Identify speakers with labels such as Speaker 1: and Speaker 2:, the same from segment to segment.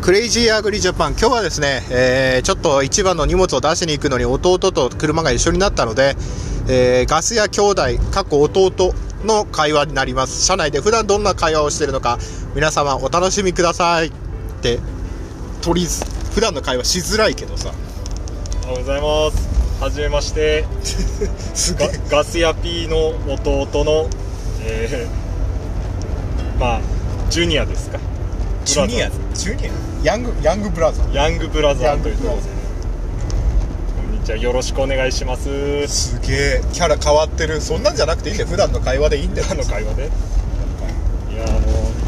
Speaker 1: クレイジーアグリジャパン、今日はですね、えーちょっと一番の荷物を出しに行くのに弟と車が一緒になったので、えーガス屋兄弟、過去弟の会話になります。車内で普段どんな会話をしているのか、皆様お楽しみくださいって、とりあえず、普段の会話しづらいけどさ、
Speaker 2: おはようございます。はじめまして、
Speaker 1: す
Speaker 2: ガガスヤピーの弟の、えーまあジュニアですか。
Speaker 1: ジュニア、ジュニア、ヤング、ヤングブラザー。
Speaker 2: ヤングブラザーというところで
Speaker 1: ザー。
Speaker 2: こんにちは。よろしくお願いします。
Speaker 1: すげえキャラ変わってるそんなんじゃなくていいんだよ普段の会話でいいんだよ
Speaker 2: 今の会話で。いやーも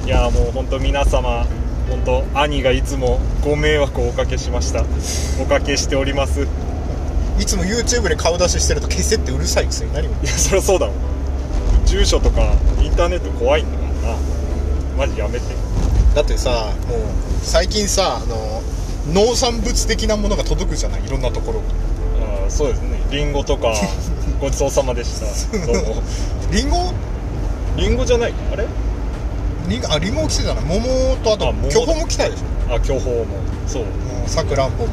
Speaker 2: ういやーもう本当皆様。本当兄がいつもご迷惑をおかけしましたおかけしておりますい
Speaker 1: いつも YouTube で顔出ししてると消せってうるさいくせに何も
Speaker 2: やそりゃそうだもん住所とかインターネット怖いんだからなマジやめて
Speaker 1: だってさもう最近さあの農産物的なものが届くじゃないいろんなところ
Speaker 2: あーそうですねリンゴ とかごちそうさまでしたどうも
Speaker 1: リンゴ
Speaker 2: リンゴじゃないあれ
Speaker 1: リンゴあリンゴも来てたな桃とあ
Speaker 2: あ
Speaker 1: と
Speaker 2: 桃
Speaker 1: 巨峰も来たでし
Speaker 2: あ巨峰もそう
Speaker 1: ょもうさくらんぼも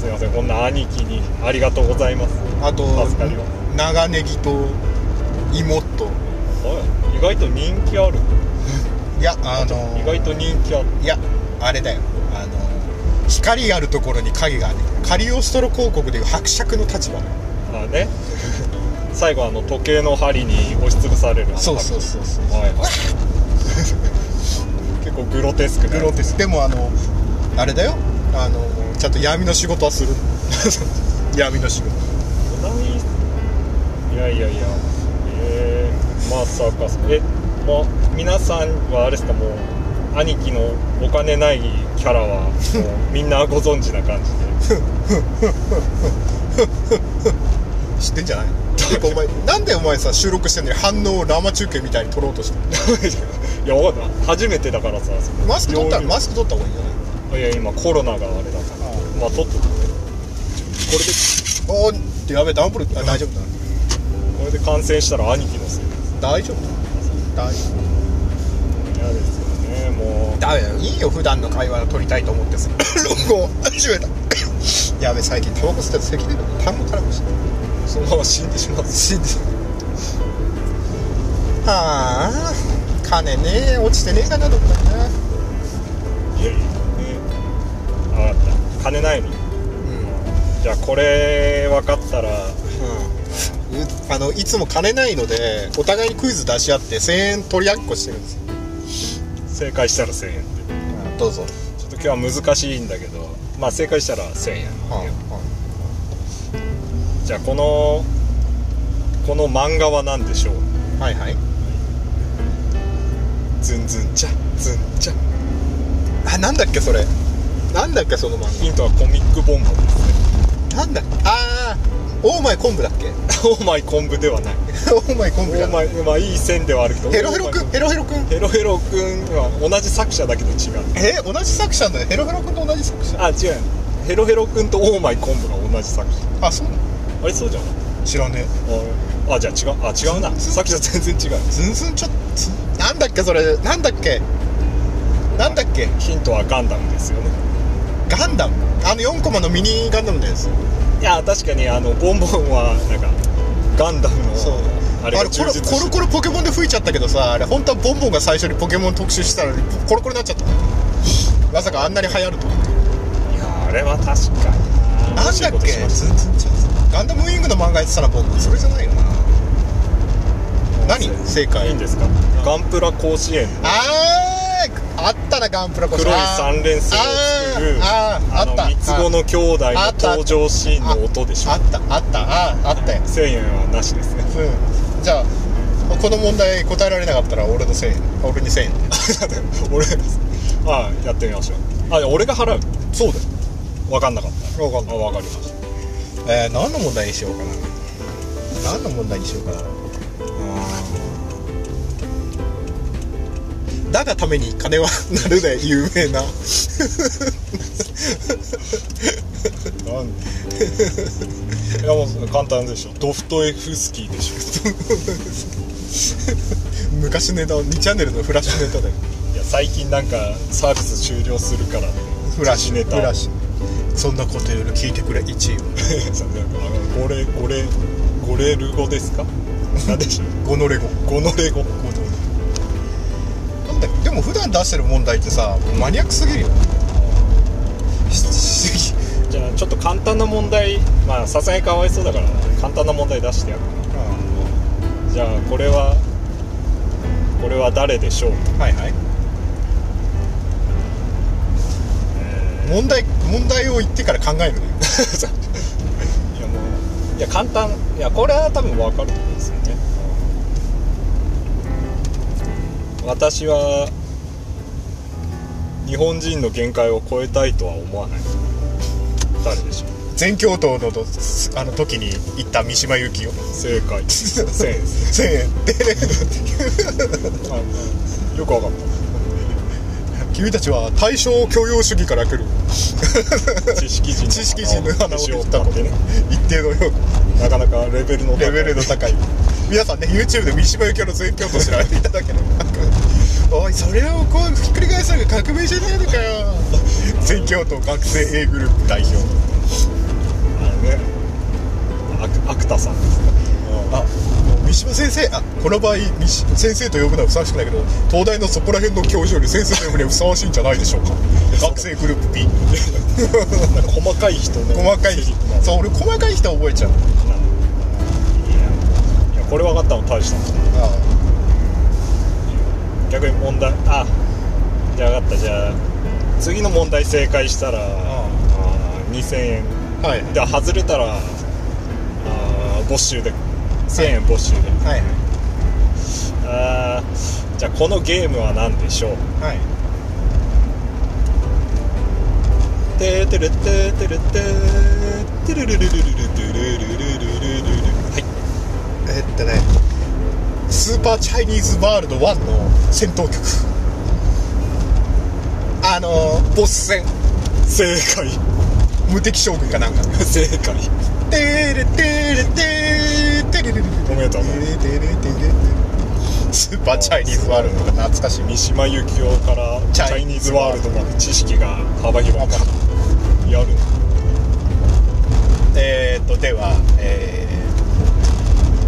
Speaker 2: すいませんこんな兄貴にありがとうございます
Speaker 1: あと
Speaker 2: 助かりま
Speaker 1: 長ネギと芋と
Speaker 2: あ意外と人気ある
Speaker 1: いやあの
Speaker 2: 意外と人気ある
Speaker 1: いやあれだよあの光あるところに影があるカリオストロ広告でいう伯爵の立場
Speaker 2: あね 最後あの時計の針に押しつぶされる
Speaker 1: そうそうそうそう
Speaker 2: はい結構グロテスクな
Speaker 1: グ
Speaker 2: やつ
Speaker 1: ロテスでもあのあれだよあのちゃんと闇の仕事はする 闇の仕事
Speaker 2: いやいやいやえー、まさかえもう皆さんはあれですかもう兄貴のお金ないキャラはもうみんなご存知な感じで
Speaker 1: 知ってんじゃないてかお前なんでお前さ収録してんのに反応を生中継みたいに撮ろうとしてる
Speaker 2: いやわかんない初めてだからさその
Speaker 1: マスク取ったら
Speaker 2: 料理
Speaker 1: マスク取った方がいいんじゃない
Speaker 2: いや今コロナがあれだから
Speaker 1: あ
Speaker 2: まあ取っとくこれで
Speaker 1: おーってやべえダンボールあ大丈夫だ
Speaker 2: これで感染したら兄貴のせいです
Speaker 1: 大丈夫だ大丈夫
Speaker 2: 嫌ですよねもう
Speaker 1: ダメだよいいよ普段の会話を撮りたいと思ってさ録音始めたやべえ最近タバコ吸ってると咳出る痰も絡むし
Speaker 2: そのまま死んでしまう
Speaker 1: 死んではあ金ねえ落ちてねえかなとかない
Speaker 2: やいや、ね、分かった金ないのじゃあこれ分かった
Speaker 1: うん
Speaker 2: ら
Speaker 1: うあのいつも金ないのでお互いにクイズ出し合って1000円取り合っこしてるんですよ、
Speaker 2: 正解したら1000円って
Speaker 1: どうぞ、
Speaker 2: ちょっと今日は難しいんだけどまあ正解したら1000円じゃあこのこの漫画は何でしょう
Speaker 1: はいはい
Speaker 2: ズンズンチャズンチャ
Speaker 1: あなんだっけそれなんだっけその漫
Speaker 2: ヒントはコミックボンボンですね
Speaker 1: 画なんだっけああオーマイ昆布だっけ
Speaker 2: オーマイ昆布ではない
Speaker 1: オーマイ昆
Speaker 2: オ
Speaker 1: 布じゃ
Speaker 2: ー
Speaker 1: な
Speaker 2: マ
Speaker 1: い
Speaker 2: イまあいい線ではあるけど
Speaker 1: ヘロヘロくんヘロヘロくん
Speaker 2: ヘロヘロくんは同じ作者だけど違う
Speaker 1: え同じ作者だよヘロヘロくんと同じ作者
Speaker 2: あ違うヘロヘロくんとオーマイ昆布が同じ作者
Speaker 1: あそうなの
Speaker 2: あれそうじゃない
Speaker 1: 知らねえ
Speaker 2: ああじゃあ違うあ違うなさっきと全然違う
Speaker 1: ズンズンちょっとなんだっけそれなんだっけなんだっけ
Speaker 2: ヒントはガンダムですよね
Speaker 1: ガンダムあの4コマのミニガンダムのやつ
Speaker 2: いや確かにあのボンボンはなんかガンダムの
Speaker 1: そうあ
Speaker 2: あ
Speaker 1: れ
Speaker 2: れ
Speaker 1: コロ
Speaker 2: が充実して
Speaker 1: コロコロポケモンで吹いちゃったけどさあれ本当はボンボンが最初にポケモン特集したのにコロコロになっちゃったまさかあんなに流行るとは
Speaker 2: るいやあれは確かにな
Speaker 1: なんだっけ
Speaker 2: 惜しいことしまし
Speaker 1: ズンズンちゃんガンダムウィングの漫画やってたらボンボンそれじゃないよな
Speaker 2: た
Speaker 1: 何正解
Speaker 2: いいんですかガンプラ甲子園の
Speaker 1: あーあったなガンプラコ
Speaker 2: 黒い三連星を作る
Speaker 1: あーあーあった
Speaker 2: の三つ子の兄弟の登場シーンの音でしょ
Speaker 1: あったあったあーあったよ
Speaker 2: 1000円はなしですね
Speaker 1: うんじゃあこの問題答えられなかったら俺のせい俺にせい
Speaker 2: 俺あやってみましょうあいや俺が払う
Speaker 1: そうだ
Speaker 2: 分かんなかった
Speaker 1: よ分かん
Speaker 2: あ
Speaker 1: ない、
Speaker 2: 分かりました
Speaker 1: えー何の問題にしようかな何の問題にしようかなうんだがために金はなるで有名な
Speaker 2: なん でいやもう簡単でしょドフトエフスキーでしょ
Speaker 1: 昔ネタ2チャンネルのフラッシュネタだよ
Speaker 2: いや最近なんかサービス終了するからって
Speaker 1: フラッシュ
Speaker 2: ネタ
Speaker 1: フラッシュそんなことより聞いてくれ1位は
Speaker 2: そうなんかゴレゴレゴレル語ですかなんでしょう
Speaker 1: ゴノレゴ
Speaker 2: ゴノレ語
Speaker 1: なんだでも普段出してる問題ってさマニアックすぎるよしし
Speaker 2: じゃあちょっと簡単な問題まあさすがにかわいそうだから簡単な問題出してやるじゃあこれはこれは誰でしょう
Speaker 1: はいはい問題問題を言ってから考えるね
Speaker 2: いやもういや簡単いやこれは多分わかると思うんですよね私は日本人の限界を超えたいとは思わない誰でしょう
Speaker 1: 全教頭のとあの時に行った三島由紀夫
Speaker 2: 正解センス
Speaker 1: 1000円で
Speaker 2: あのよくわかっ
Speaker 1: 君たちは対象教養主義から来る
Speaker 2: た知識人
Speaker 1: 知識人のような
Speaker 2: 話
Speaker 1: を
Speaker 2: を
Speaker 1: 言っ
Speaker 2: ったた
Speaker 1: こ
Speaker 2: っ
Speaker 1: と
Speaker 2: て
Speaker 1: ね
Speaker 2: ね
Speaker 1: 一定のよ
Speaker 2: なかなかレベルの
Speaker 1: う
Speaker 2: 高い
Speaker 1: レベルの高い皆さんね YouTube で三島由紀夫の全教頭調べていただければおいそれをこうひっくり返すのが革命じゃないのかよ全教頭学生 A グループ代表
Speaker 2: あのねアクアクタさんですね
Speaker 1: あ三島先生あこの場合三島先生と呼ぶのはふさわしくないけど東大のそこら辺の教授より先生と呼ぶにはふさわしいんじゃないでしょうか学生グループ B
Speaker 2: なんか細かい人の
Speaker 1: 細かい
Speaker 2: セリフな
Speaker 1: そう俺細かい人は覚えちゃう
Speaker 2: いやこれ分かったの大したもん
Speaker 1: あ
Speaker 2: 逆に問題あじゃあ分かったじゃあ次の問題正解したらあー2000円
Speaker 1: あはい
Speaker 2: で外れたらあー没収で1000円没収で、
Speaker 1: はい
Speaker 2: あーじゃあこのゲームは何でしょう
Speaker 1: はい
Speaker 2: てーてれてーてれてーてれれれれれれれれれれれれれれはい
Speaker 1: えっとねスーパーチャイニーズワールド1の戦闘曲あのー、ボス戦
Speaker 2: 正解
Speaker 1: 無敵将軍かなんか
Speaker 2: 正解
Speaker 1: テレテレテーテレレレレ
Speaker 2: おめでとうございます
Speaker 1: テレテレテレスーパーチャイニーズワールド懐かしい
Speaker 2: 三島由紀夫から
Speaker 1: チ
Speaker 2: チ
Speaker 1: ャイ
Speaker 2: ャイニーズワールドまで知識が幅広かったやる
Speaker 1: えーっとではえ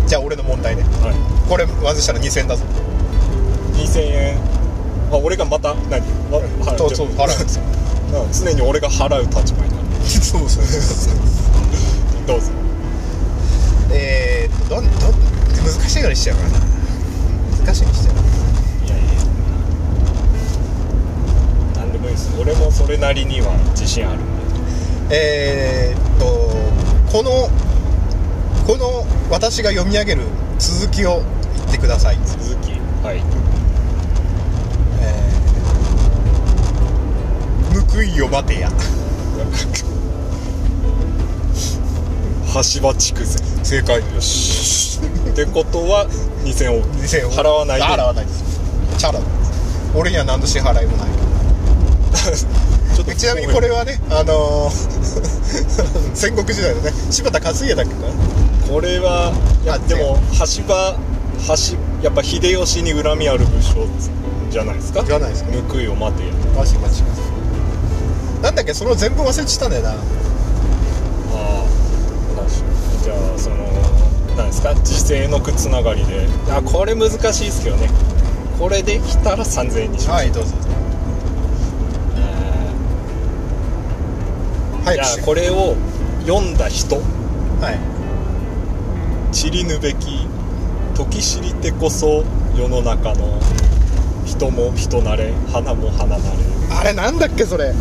Speaker 1: ー、じゃあ俺の問題ね
Speaker 2: は
Speaker 1: これ外したら2000だぞ
Speaker 2: い2000円あ俺がまた何わ払
Speaker 1: そうそう 払うんですよ
Speaker 2: うん常に俺が払う立場になる
Speaker 1: そうそうそう
Speaker 2: どうぞ
Speaker 1: えーっとどんどん難しいのにしちゃうからな難しいにしちゃう
Speaker 2: いやいや何でもいいです俺もそれなりには自信あるんで
Speaker 1: えーっとこのこの私が読み上げる続きを言ってください
Speaker 2: 続きはい
Speaker 1: えー報いを待 てや
Speaker 2: 橋場筑前
Speaker 1: 正解
Speaker 2: よしってことは2000円
Speaker 1: 2000円
Speaker 2: 払わないで
Speaker 1: 払わないですチャラです俺には何の支払いもない
Speaker 2: ちょっと
Speaker 1: ちなみにこれはねあのー 戦国時代のね柴田勝家だっけかな
Speaker 2: これはい
Speaker 1: あ
Speaker 2: やでも橋場橋やっぱ秀吉に恨みある武将じゃないですか
Speaker 1: じゃないですか
Speaker 2: 報いを待てや
Speaker 1: マジマジマジなんだっけその全部忘れちゃったんだよな
Speaker 2: ああなんでしょうじゃあそのなんですか時勢の句つながりであこれ難しいですけどねこれできたら3000円にします、
Speaker 1: いどうぞ
Speaker 2: えーじ
Speaker 1: 早
Speaker 2: ゃ
Speaker 1: く
Speaker 2: あ
Speaker 1: して
Speaker 2: これを読んだ人
Speaker 1: はい
Speaker 2: 知りぬべき時知りてこそ世の中の人も人なれ花も花なれ
Speaker 1: あれなんだっけそれ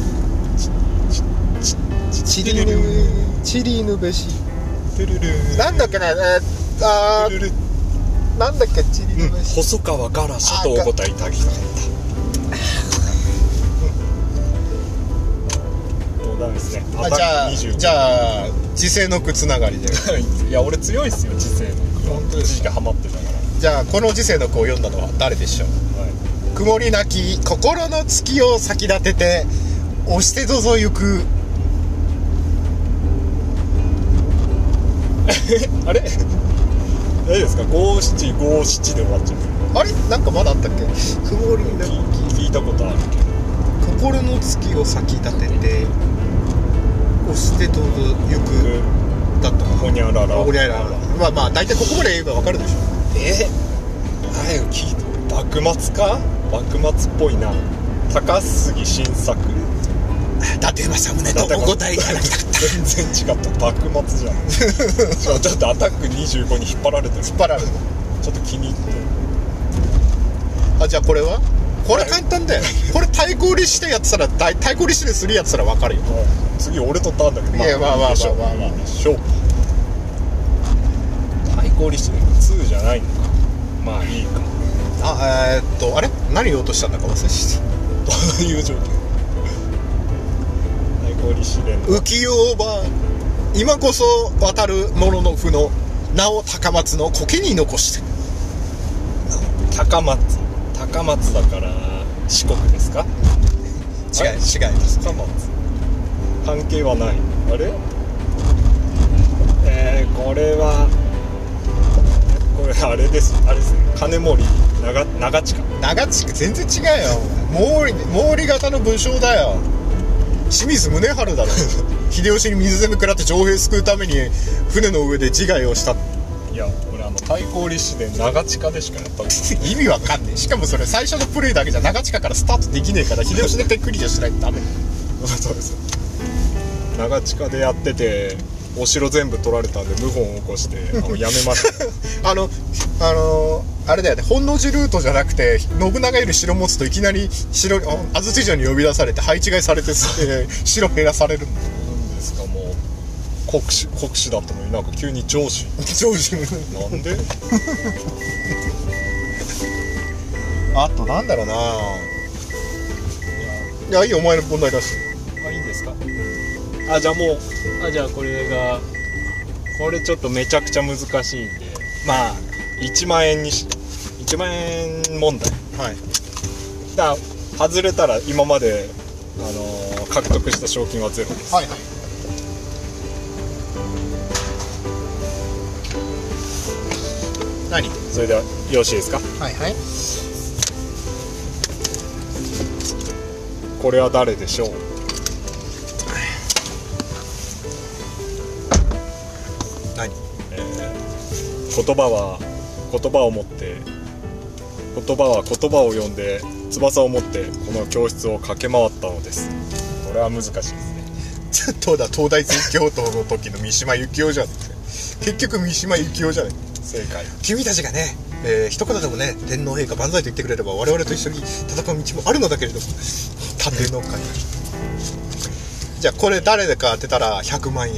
Speaker 1: チリヌチリヌべし
Speaker 2: トゥルルー
Speaker 1: なんだっけねえー、あ
Speaker 2: トゥルル
Speaker 1: ーなんだっけチリヌべし
Speaker 2: 細川ガラシャとお答えいただきたかったもうダメですね
Speaker 1: あじゃあじ
Speaker 2: ゃ
Speaker 1: ゃあ時勢の句つながりで
Speaker 2: いや俺強いっすよ知性の
Speaker 1: 本当ですか
Speaker 2: 知識ハマってたか
Speaker 1: じゃあこの時世の句を読んだのは誰でしょう
Speaker 2: ら、はい、
Speaker 1: 曇りなき心の月を先立てて押してぞぞゆく
Speaker 2: あれ 大丈夫ですか五七五七で終わっちゃう
Speaker 1: あれなんかまだあったっけ曇りなき
Speaker 2: 聞い聞いたことあるけど
Speaker 1: 心の月を先立てて押してとゆくだったか
Speaker 2: ほにゃらら
Speaker 1: おりゃららまあまあ大体ここまで言えばわかるでしょ
Speaker 2: え早く聞いて幕末か幕末っぽいな高杉晋作
Speaker 1: 伊達政宗とお答えいただきたかった
Speaker 2: 全然違った幕末じゃんちょちょっとアタック25に引っ張られてるち
Speaker 1: 引っ張られる
Speaker 2: ょっと気に入って
Speaker 1: あじゃあこれはこれ簡単だよこれ対抗リしてやってたら対対抗リしてするやつたらわかるよ
Speaker 2: もう次俺とターンだけど
Speaker 1: いやまあまあ
Speaker 2: いいでしょう
Speaker 1: まあまあまあ
Speaker 2: いいでしょう対抗リスト2じゃないのかまあいいか
Speaker 1: あえーっとあれ何言おうとしたんだか忘れした
Speaker 2: どういう状況対抗リスト連
Speaker 1: 浮世ば今こそ渡る者の負の名を高松の苔に残して
Speaker 2: 高松高松だから四国ですか
Speaker 1: 違い違います
Speaker 2: 高松関係はないあれえー、これはこれあれですあれですね金森長長近
Speaker 1: 長地区全然違うよ毛利毛利型の武将だよ清水宗春だろ秀吉に水攻め食らって城兵救うために船の上で自害をした
Speaker 2: いや俺あの対抗立志で長近でしかやったことない
Speaker 1: 意味わかんねえしかもそれ最初のプレイだけじゃ長近からスタートできねえから秀吉だけクリアしないとダメ
Speaker 2: そうです長近でやっててお城全部取られたんで謀反を起こしてあのやめました
Speaker 1: あの、あのーあれだよね、本能寺ルートじゃなくて、信長より城持つといきなり城に、あ安土城に呼び出されて、配置換えされて、えー城減らされるんだよ
Speaker 2: なんですかもう国士国士だったのになんか急に上司
Speaker 1: 上司
Speaker 2: なんで
Speaker 1: あと、なんだろうなぁ。いや、いいよお前の問題だし。
Speaker 2: あいいんですかあじゃあもうあじゃあこれがこれちょっとめちゃくちゃ難しいんでまあ1万円にし1万円問題
Speaker 1: はい。
Speaker 2: だから外れたら今まで、あのー獲得した賞金はゼロです
Speaker 1: はい。何
Speaker 2: それではよろしいですか
Speaker 1: はいはい。
Speaker 2: これは誰でしょう
Speaker 1: 何
Speaker 2: えー言葉は言葉を持って言葉は言葉を呼んで翼を持ってこの教室を駆け回ったのですこれは難しいですね
Speaker 1: ちょっとだ、東大絶教頭の時の三島由紀夫じゃね結局三島由紀夫じゃね
Speaker 2: 正解
Speaker 1: 君たちがね、えー一言でもね天皇陛下万歳と言ってくれれば我々と一緒に戦う道もあるのだけ れども盾の会じゃあこれ誰でか当てたら100万 円
Speaker 2: い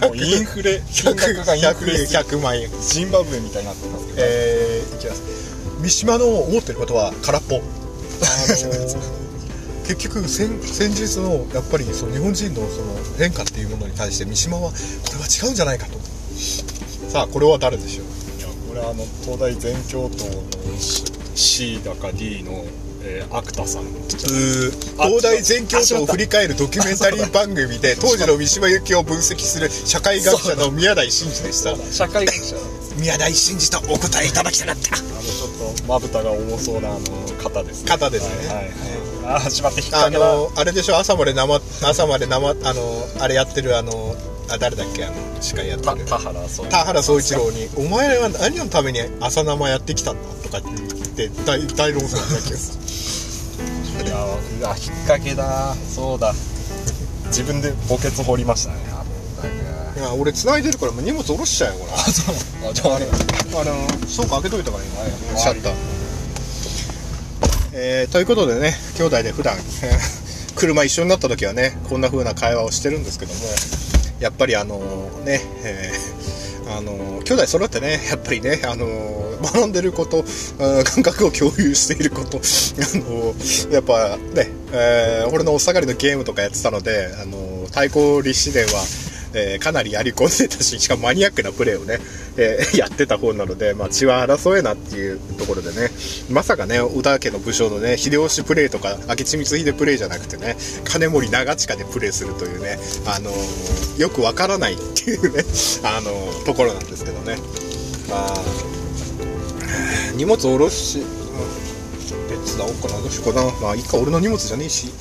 Speaker 2: やもうインフレ金額がインフレすぎ
Speaker 1: 100万円
Speaker 2: ジンバブエみたいになってますけど、
Speaker 1: えー、いきます三島の王ってことは空っぽ、あのー 結局先先日のやっぱりその日本人のその変化っていうものに対して三島はこれは違うんじゃないかとさあこれは誰でしょう
Speaker 2: いやこれはあの東大全教頭の C だか D の、えー、芥さんあ
Speaker 1: 東大全教頭を振り返るドキュメンタリー番組で当時の三島由紀夫を分析する社会学者の宮台真司でした
Speaker 2: 社会学者
Speaker 1: 宮台真司とお答えいただきたかった
Speaker 2: あのちょっとまぶたが重そうなあの方ですね
Speaker 1: 方ですね
Speaker 2: はいはいはい、あーしまって引っ
Speaker 1: あ
Speaker 2: 掛けだ
Speaker 1: のあれでしょ朝まで生朝まで生あのあれやってるあのあ誰だっけあの司会やって
Speaker 2: た
Speaker 1: る
Speaker 2: 田原そう
Speaker 1: 田原総一郎に「お前らは何のために朝生やってきたんだ」とかって言って大大論争になっちゃう
Speaker 2: いやうわ引っ掛けだそうだ自分で墓穴掘りましたね
Speaker 1: いや俺繋いでるからもう荷物下ろしちゃうよこれ
Speaker 2: あそうあじゃああ れ
Speaker 1: あの倉庫開けといたから今、
Speaker 2: はい
Speaker 1: シャッター、えーということでね兄弟で普段 車一緒になった時はねこんな風な会話をしてるんですけどもやっぱりあのね、えーあの兄弟揃ってねやっぱりねあの学んでること、うん感覚を共有していることあのやっぱね、えー俺のお下がりのゲームとかやってたのであの対抗立志伝はえーかなりやり込んでたし、しかもマニアックなプレーをね、えー やってた方なので、まあ、血は争えなっていうところでね、まさかね、織田家の武将のね、秀吉プレーとか、明智光秀プレーじゃなくてね、金森長近でプレーするというね、あのーよくわからないっていうね、 あのーところなん ですけどね。まあ、荷物下ろし、別だおっかなどうしようかなまあいいか俺の荷物じゃねえし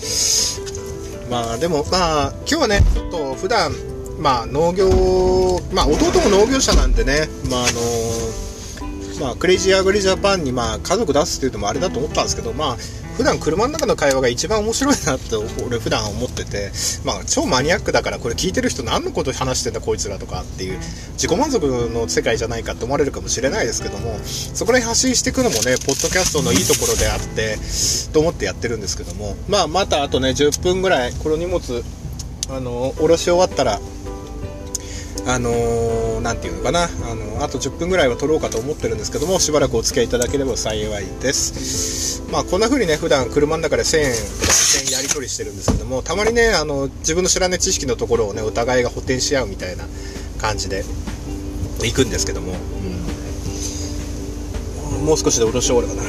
Speaker 1: まあでもまあ今日はねちょっと普段まあ農業まあ弟も農業者なんでねまああのまあ、クレイジーアグリジャパンに、まあ、家族出すっていうのもあれだと思ったんですけど、まあ、普段車の中の会話が一番面白いなって俺普段思ってて、まあ、超マニアックだからこれ聞いてる人何のこと話してんだこいつらとかっていう自己満足の世界じゃないかって思われるかもしれないですけどもそこら辺発信していくのもねポッドキャストのいいところであってと思ってやってるんですけども、まあ、またあとね10分ぐらいこの荷物あの下ろし終わったらあのーなんていうのかな、あのあと10分ぐらいは撮ろうかと思ってるんですけども、しばらくお付き合いいただければ幸いです。まあ、こんな風にね、普段車の中で1000円、1000円やり取りしてるんですけども、たまにね、あの、自分の知らない知識のところをね、お互いが補填し合うみたいな感じで行くんですけども、うんもう少しでおろし終わるかな。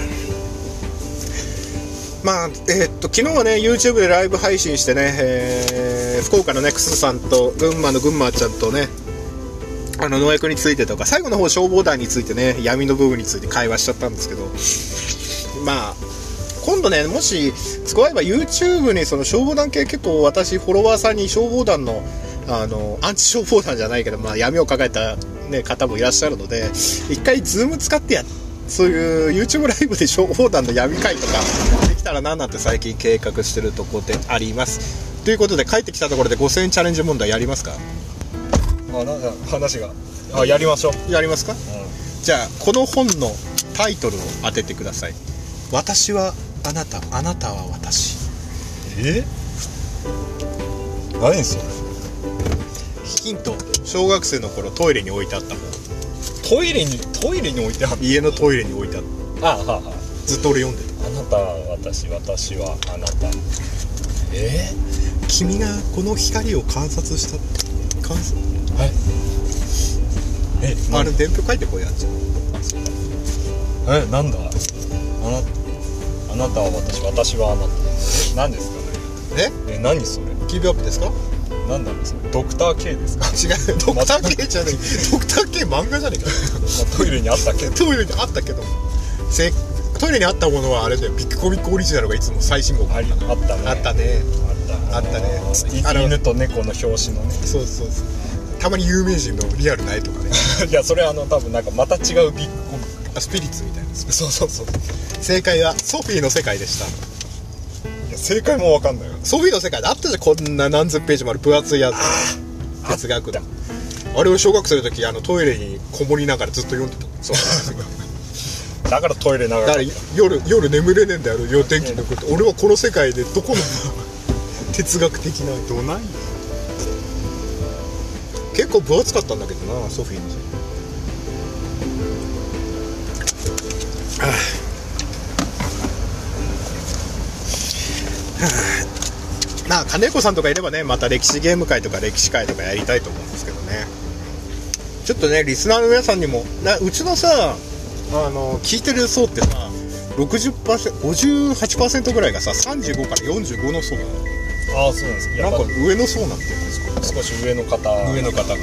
Speaker 1: まあえーっと昨日はね YouTube でライブ配信してね、えー福岡のねクスさんと群馬の群馬ちゃんとねあの農薬についてとか最後の方消防団についてね闇の部分について会話しちゃったんですけどまあ今度ねもし使えば YouTube にその消防団系結構私フォロワーさんに消防団のあのアンチ消防団じゃないけど、まあ、闇を抱えた、ね、方もいらっしゃるので一回 Zoom 使ってやそういう YouTube ライブで消防団の闇会とかできたらななんて最近計画してるとこでありますということで帰ってきたところで5000円チャレンジ問題やりますか
Speaker 2: あなんか話があやりましょう、
Speaker 1: やりますかじゃあこの本のタイトルを当ててください私はあなたあなたは私
Speaker 2: え何それ
Speaker 1: ヒント小学生の頃トイレに置いてあった本
Speaker 2: トイレにトイレに置いてある
Speaker 1: 家のトイレに置いてあった
Speaker 2: あはあは
Speaker 1: ずっと俺読んでた
Speaker 2: ああなたは私私はあなたえ
Speaker 1: 君がこの光を観察した観察
Speaker 2: はいえ
Speaker 1: あれ伝票書いてこいやんじゃん
Speaker 2: えなんだあなあなたは私私はあなたえ何ですかねええ何それ
Speaker 1: キーブアップですか
Speaker 2: 何なんですかドクター K ですか
Speaker 1: 違う ドクター K じゃない ドクター K 漫画じゃねえか
Speaker 2: まあトイレにあったけど
Speaker 1: トイレにあったけどせトイレにあったものはあれだよビッグコミックオリジナルがいつも最新号
Speaker 2: ありあったね
Speaker 1: あったねあ
Speaker 2: あった
Speaker 1: ったね
Speaker 2: ーい
Speaker 1: あの
Speaker 2: 犬と猫の表紙のね
Speaker 1: そうそうそうたまに有名人のリアルな絵とかね
Speaker 2: いやそれあの多分なんかまた違うビッグコミッ
Speaker 1: あスピリッツみたいな
Speaker 2: クそうそうそう
Speaker 1: 正解はソフィーの世界でした
Speaker 2: いや正解もわかんないよ
Speaker 1: ソフィーの世界であったじゃんこんな何千ページもある分厚いやつ哲学だあれを小学生の時あのトイレにこもりながらずっと読んでたそう
Speaker 2: だからトイレ
Speaker 1: だ
Speaker 2: 長か
Speaker 1: か
Speaker 2: っ
Speaker 1: ら夜夜眠れねえんだよ夜天気のこと俺はこの世界でどこの哲学的などない結構分厚かったんだけどなソフィーの世界まあ金子さんとかいればねまた歴史ゲーム会とか歴史会とかやりたいと思うんですけどねちょっとねリスナーの皆さんにもなうちのさあの聞いてる層ってさ 60%58% ぐらいがさ35から45の層なの
Speaker 2: たああそうなんですい
Speaker 1: な
Speaker 2: や
Speaker 1: んか
Speaker 2: ま
Speaker 1: 上の層なんていうんですか
Speaker 2: あ少し上の方
Speaker 1: 上の方がね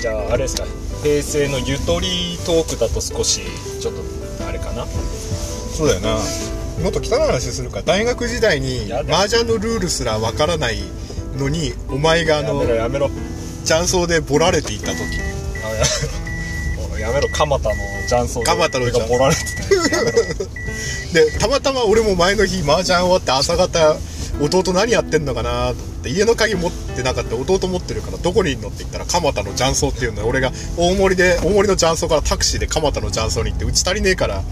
Speaker 2: じゃああれですか平成のゆとりトークだと少しちょっとあれかな
Speaker 1: そうだよなもっと汚い話するか大学時代に
Speaker 2: やだ
Speaker 1: 麻雀のルールすらわからないのにお前があ
Speaker 2: や
Speaker 1: の
Speaker 2: めろやめろ
Speaker 1: 雀荘でボラれていた時
Speaker 2: あやめろや めろ蒲田の雀荘で
Speaker 1: 蒲田の
Speaker 2: 俺が
Speaker 1: 雀荘
Speaker 2: ボラれてたよやめろ
Speaker 1: でたまたま俺も前の日麻雀終わって朝方弟何やってんのかなと思って家の鍵持ってなかった弟持ってるからどこにいんのって言ったら蒲田の雀荘っていうので俺が大森で大森の雀荘からタクシーで蒲田の雀荘に行って打ち足りねえから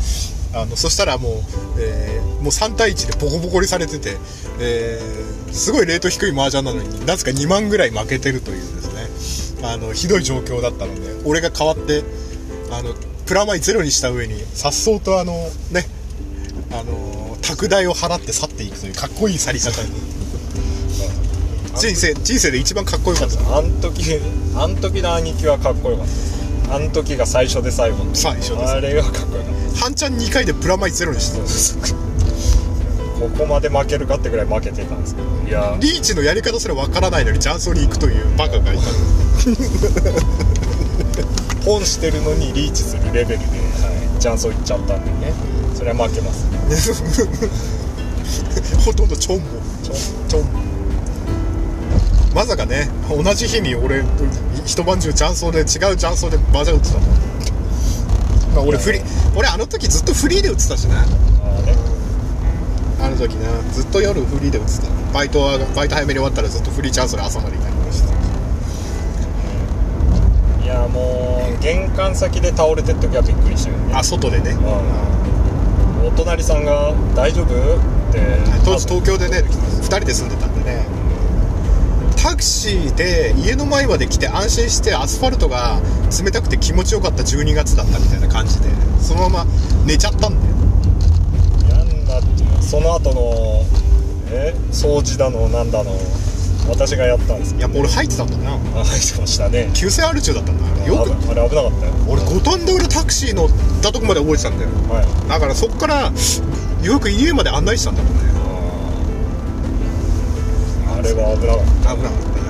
Speaker 1: あのそしたらもう,、えーもう3対1でボコボコにされてて、えーすごいレート低い麻雀なのになぜか2万ぐらい負けてるというですねあのひどい状況だったので俺が代わってあのプラマイゼロにした上に颯爽とあのねあのー宅代を払って去っていくというかっこいい去り方に人生人生で一番かっこよかった
Speaker 2: あん時あん時の兄貴はかっこよかったあん時が最初で最後の
Speaker 1: 最初です
Speaker 2: あれがかっこよかっ
Speaker 1: 半チャン2回でプラマイゼロにしてたんです
Speaker 2: たここまで負けるかってぐらい負けてたんですけどいや
Speaker 1: リーチのやり方すらわからないのに雀荘に行くというバカがいた
Speaker 2: ポンしてるのにリーチするレベルで、はジャンソー行っちゃったんでねそれは負けますね
Speaker 1: ほとんどチョンボ
Speaker 2: ちょ
Speaker 1: チョンまさかね同じ日に俺一晩中雀荘で違う雀荘でバジャ打ってたもん、まあ、俺フリ俺あの時ずっとフリーで打ってたしな
Speaker 2: あーね
Speaker 1: あの時なずっと夜フリーで打ってたバイトはバイト早めに終わったらずっとフリーチャンスで朝までいたりとかしてた
Speaker 2: いやもう玄関先で倒れてる時はびっくりしたよね
Speaker 1: あ外でね
Speaker 2: うんお隣さんが「大丈夫?」って
Speaker 1: 当時東京でね2人で住んでたんでねタクシーで家の前まで来て安心してアスファルトが冷たくて気持ちよかった12月だったみたいな感じでそのまま寝ちゃったんだよ
Speaker 2: やんだっていうその後のえ掃除だのなんだの私がやったんですけ
Speaker 1: いやもう俺入ってたんだな
Speaker 2: どあ入ってましたね
Speaker 1: 急性アル中だったんだよく
Speaker 2: ああれ危なかったよ
Speaker 1: 俺五反田裏タクシー乗ったとこまで覚えてたんだよ
Speaker 2: はい
Speaker 1: だからそっからよく家まで案内してたんだもんね
Speaker 2: あれは危なかっ
Speaker 1: 危なかったね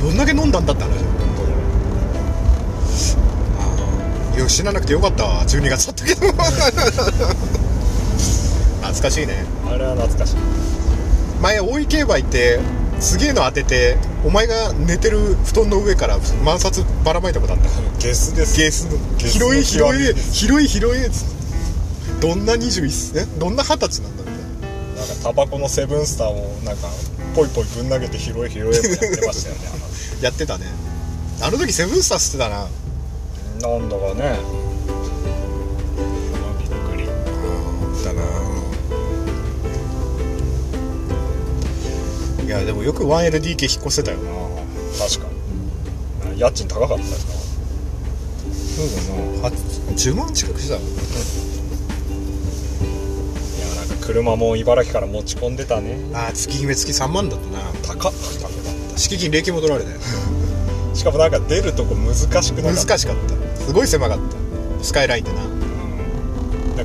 Speaker 1: どんだけ飲んだんだって話だよ本当によ死ななくてよかったわ12月だったけど 懐かしいね
Speaker 2: たあれは懐かしい
Speaker 1: 前大井競馬行ってすげえの当ててお前が寝てる布団の上から万札ばらまいたことあった
Speaker 2: ゲスです
Speaker 1: ゲスの
Speaker 2: ゲスの
Speaker 1: 広い
Speaker 2: 極み
Speaker 1: 広い広い広いやつってどんな21えどんな二十歳なんだみたいな
Speaker 2: なんかタバコのセブンスターをなんかポイポイぶん投げて拾え拾えもやってましたよね
Speaker 1: やってたねあの時セブンスターしてたな
Speaker 2: あのなんだかねびっくり
Speaker 1: だな、いやでもよく 1LDK 引っ越せたよな
Speaker 2: 確かに家賃高かったよな
Speaker 1: そうだな10万近くしたもん
Speaker 2: いやなんか車も茨城から持ち込んでたね
Speaker 1: ああ月決め月3万だったな
Speaker 2: 高っ高っ
Speaker 1: 敷金礼金も取られたよ
Speaker 2: しかもなんか出るとこ難しくなかっ
Speaker 1: 難
Speaker 2: た
Speaker 1: しかったすごい狭かったスカイラインでな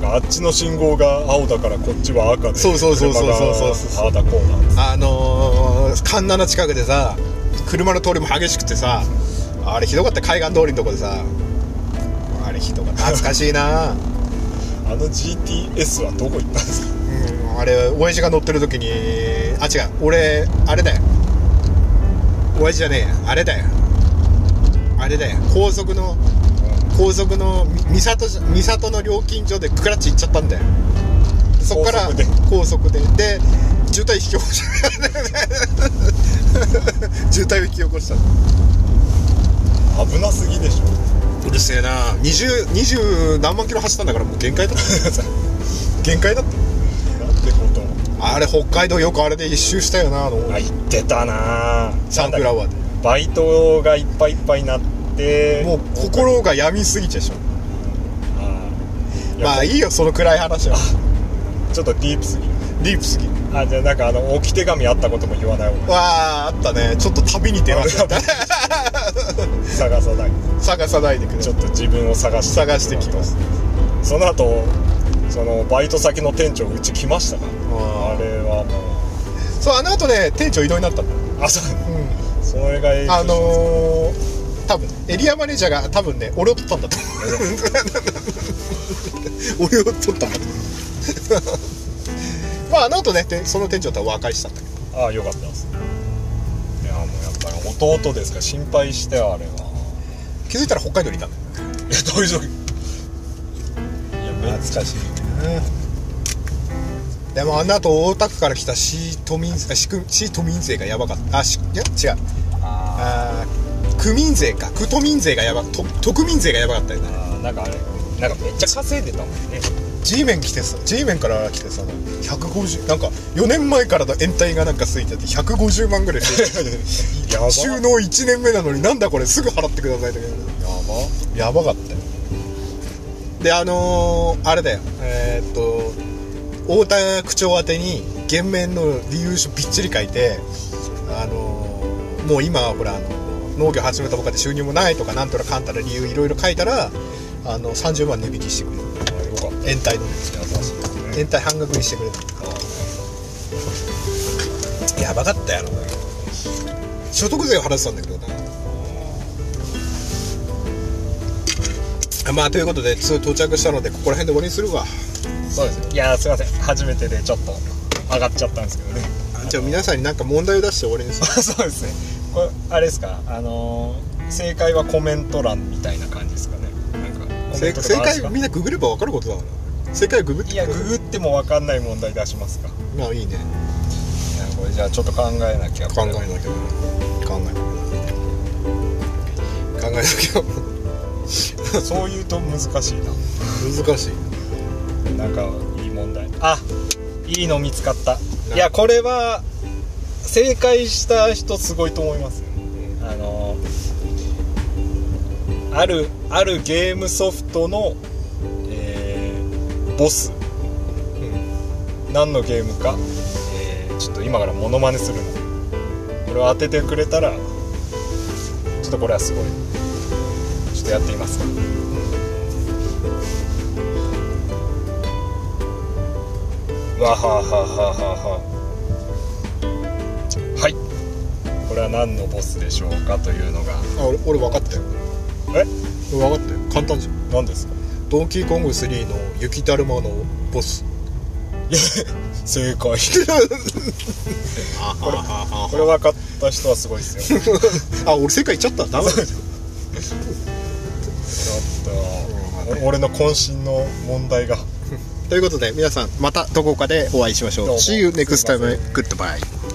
Speaker 2: なんかあっちの信号が青だからこっちは赤で
Speaker 1: そうそうそうそうそうそうそう
Speaker 2: 車がああだこうだ
Speaker 1: あのー、環七近くでさ車の通りも激しくてさあれひどかった海岸通りのとこでさあれひどかった懐かしいな
Speaker 2: あの GTS はどこ行ったんですか
Speaker 1: うんあれ親父が乗ってる時にあ違う俺あれだよ親父じゃねえやあれだよあれだよ高速の高速のみ三郷じゃ三郷の料金所でクラッチ行っちゃったんだよそっから
Speaker 2: 高速で
Speaker 1: 高速でで渋滞引き起こした渋滞を引き起こした
Speaker 2: 危なすぎでしょ
Speaker 1: うるせえな20 20何万キロ走ったんだからもう限 界だった限界だった
Speaker 2: なんてことを
Speaker 1: あれ北海道よくあれで一周したよなあの
Speaker 2: あ言ってたなぁ
Speaker 1: サンフラワーで
Speaker 2: バイトがいっぱいいっぱいになって
Speaker 1: もう心が病みすぎちゃうでしょ
Speaker 2: あーいや
Speaker 1: まあいいよその暗い話は
Speaker 2: ちょっとディープすぎる
Speaker 1: ディープすぎ
Speaker 2: あじゃあなんかあの置き手紙あったことも言わない方が
Speaker 1: わああったねちょっと旅に出ました
Speaker 2: 探さない
Speaker 1: 探さないでくれ
Speaker 2: ちょっと自分を探して
Speaker 1: 探してきます
Speaker 2: その後そのバイト先の店長うち来ましたからあ
Speaker 1: あ
Speaker 2: れはも
Speaker 1: そうあの後ね店長異動になったんだ、
Speaker 2: うあそう
Speaker 1: う
Speaker 2: それが影
Speaker 1: ん、
Speaker 2: 響
Speaker 1: あのー、多分エリアマネージャーが多分ね俺を取ったんだと思う俺を取 ったんだと思うまああの後ねでその店長とは和解したんだけど
Speaker 2: ああよかったですいやもうやっぱり弟ですから心配してあれは
Speaker 1: 気づいたら北海道にいたんだよ
Speaker 2: いや大丈夫いやめっちゃ
Speaker 1: しいねでもあの後大田区から来た市都民あ市区市都民税がやばかったあしいや違う
Speaker 2: あ
Speaker 1: あー区民税か区都民税がやばと特民税がやばかったよね
Speaker 2: あなんかあれなんかめっちゃ稼いでたもんね
Speaker 1: G メン来てさ G メンから来てさ150なんか4年前からの延滞がなんかついてて150万ぐらいついてて
Speaker 2: やば
Speaker 1: 収納1年目なのになんだこれすぐ払ってくださいとか言われて
Speaker 2: や
Speaker 1: や
Speaker 2: ば
Speaker 1: ばかったよであのーあれだよえーっと太田区長宛てに減免の理由書びっちり書いてあのーもう今はほらあの農業始めたほかで収入もないとかなんとかかんたら理由いろいろ書いたらあの30万値引きしてくれる
Speaker 2: あよかった
Speaker 1: 延滞の
Speaker 2: 優しいですね
Speaker 1: 延滞半額にしてくれるやばかったやろな所得税を払ってたんだけどなまあということで2到着したのでここら辺で終わりにするわ
Speaker 2: そうですねいやーすいません初めてでちょっと上がっちゃったんですけどね
Speaker 1: あじゃあ皆さんになんか問題を出して終わりにする
Speaker 2: そうですねこれあれですかあのー正解はコメント欄みたいな感じですかねなんかコメ
Speaker 1: 正
Speaker 2: ントとかあるんです
Speaker 1: 解
Speaker 2: か
Speaker 1: みんなググれば分かることだもん正解をググって
Speaker 2: い
Speaker 1: く
Speaker 2: や
Speaker 1: れ
Speaker 2: ググっても分かんない問題出しますかい
Speaker 1: まあいいね
Speaker 2: やこれじゃあちょっと考えなきゃ
Speaker 1: 考えなきゃ考えなきゃ考えなきゃ
Speaker 2: そう言うと難しいな
Speaker 1: 難しい
Speaker 2: なんかいい問題あいいの見つかった
Speaker 1: ない
Speaker 2: やこれは正解した人すごいと思いますよあのあるあるゲームソフトの、えーボス
Speaker 1: うん
Speaker 2: 何のゲームか、えーちょっと今からモノマネするのこれを当ててくれたらちょっとこれはすごいちょっとやってみますかわははははははいこれは何のボスでしょうかというのが
Speaker 1: あ俺俺分かったよ
Speaker 2: え
Speaker 1: 俺分かったよ簡単じゃん
Speaker 2: 何ですか
Speaker 1: ドンキーコング3の雪だるまのボス
Speaker 2: 正解
Speaker 1: ああ
Speaker 2: これ分かった人はすごいですよちょ
Speaker 1: あ俺正解言っちゃったダメだ
Speaker 2: っとお俺の渾身の問題が
Speaker 1: ということで皆さんまたどこかでお会いしまし
Speaker 2: どう
Speaker 1: ょう
Speaker 2: も
Speaker 1: See you next
Speaker 2: すいま
Speaker 1: time goodbye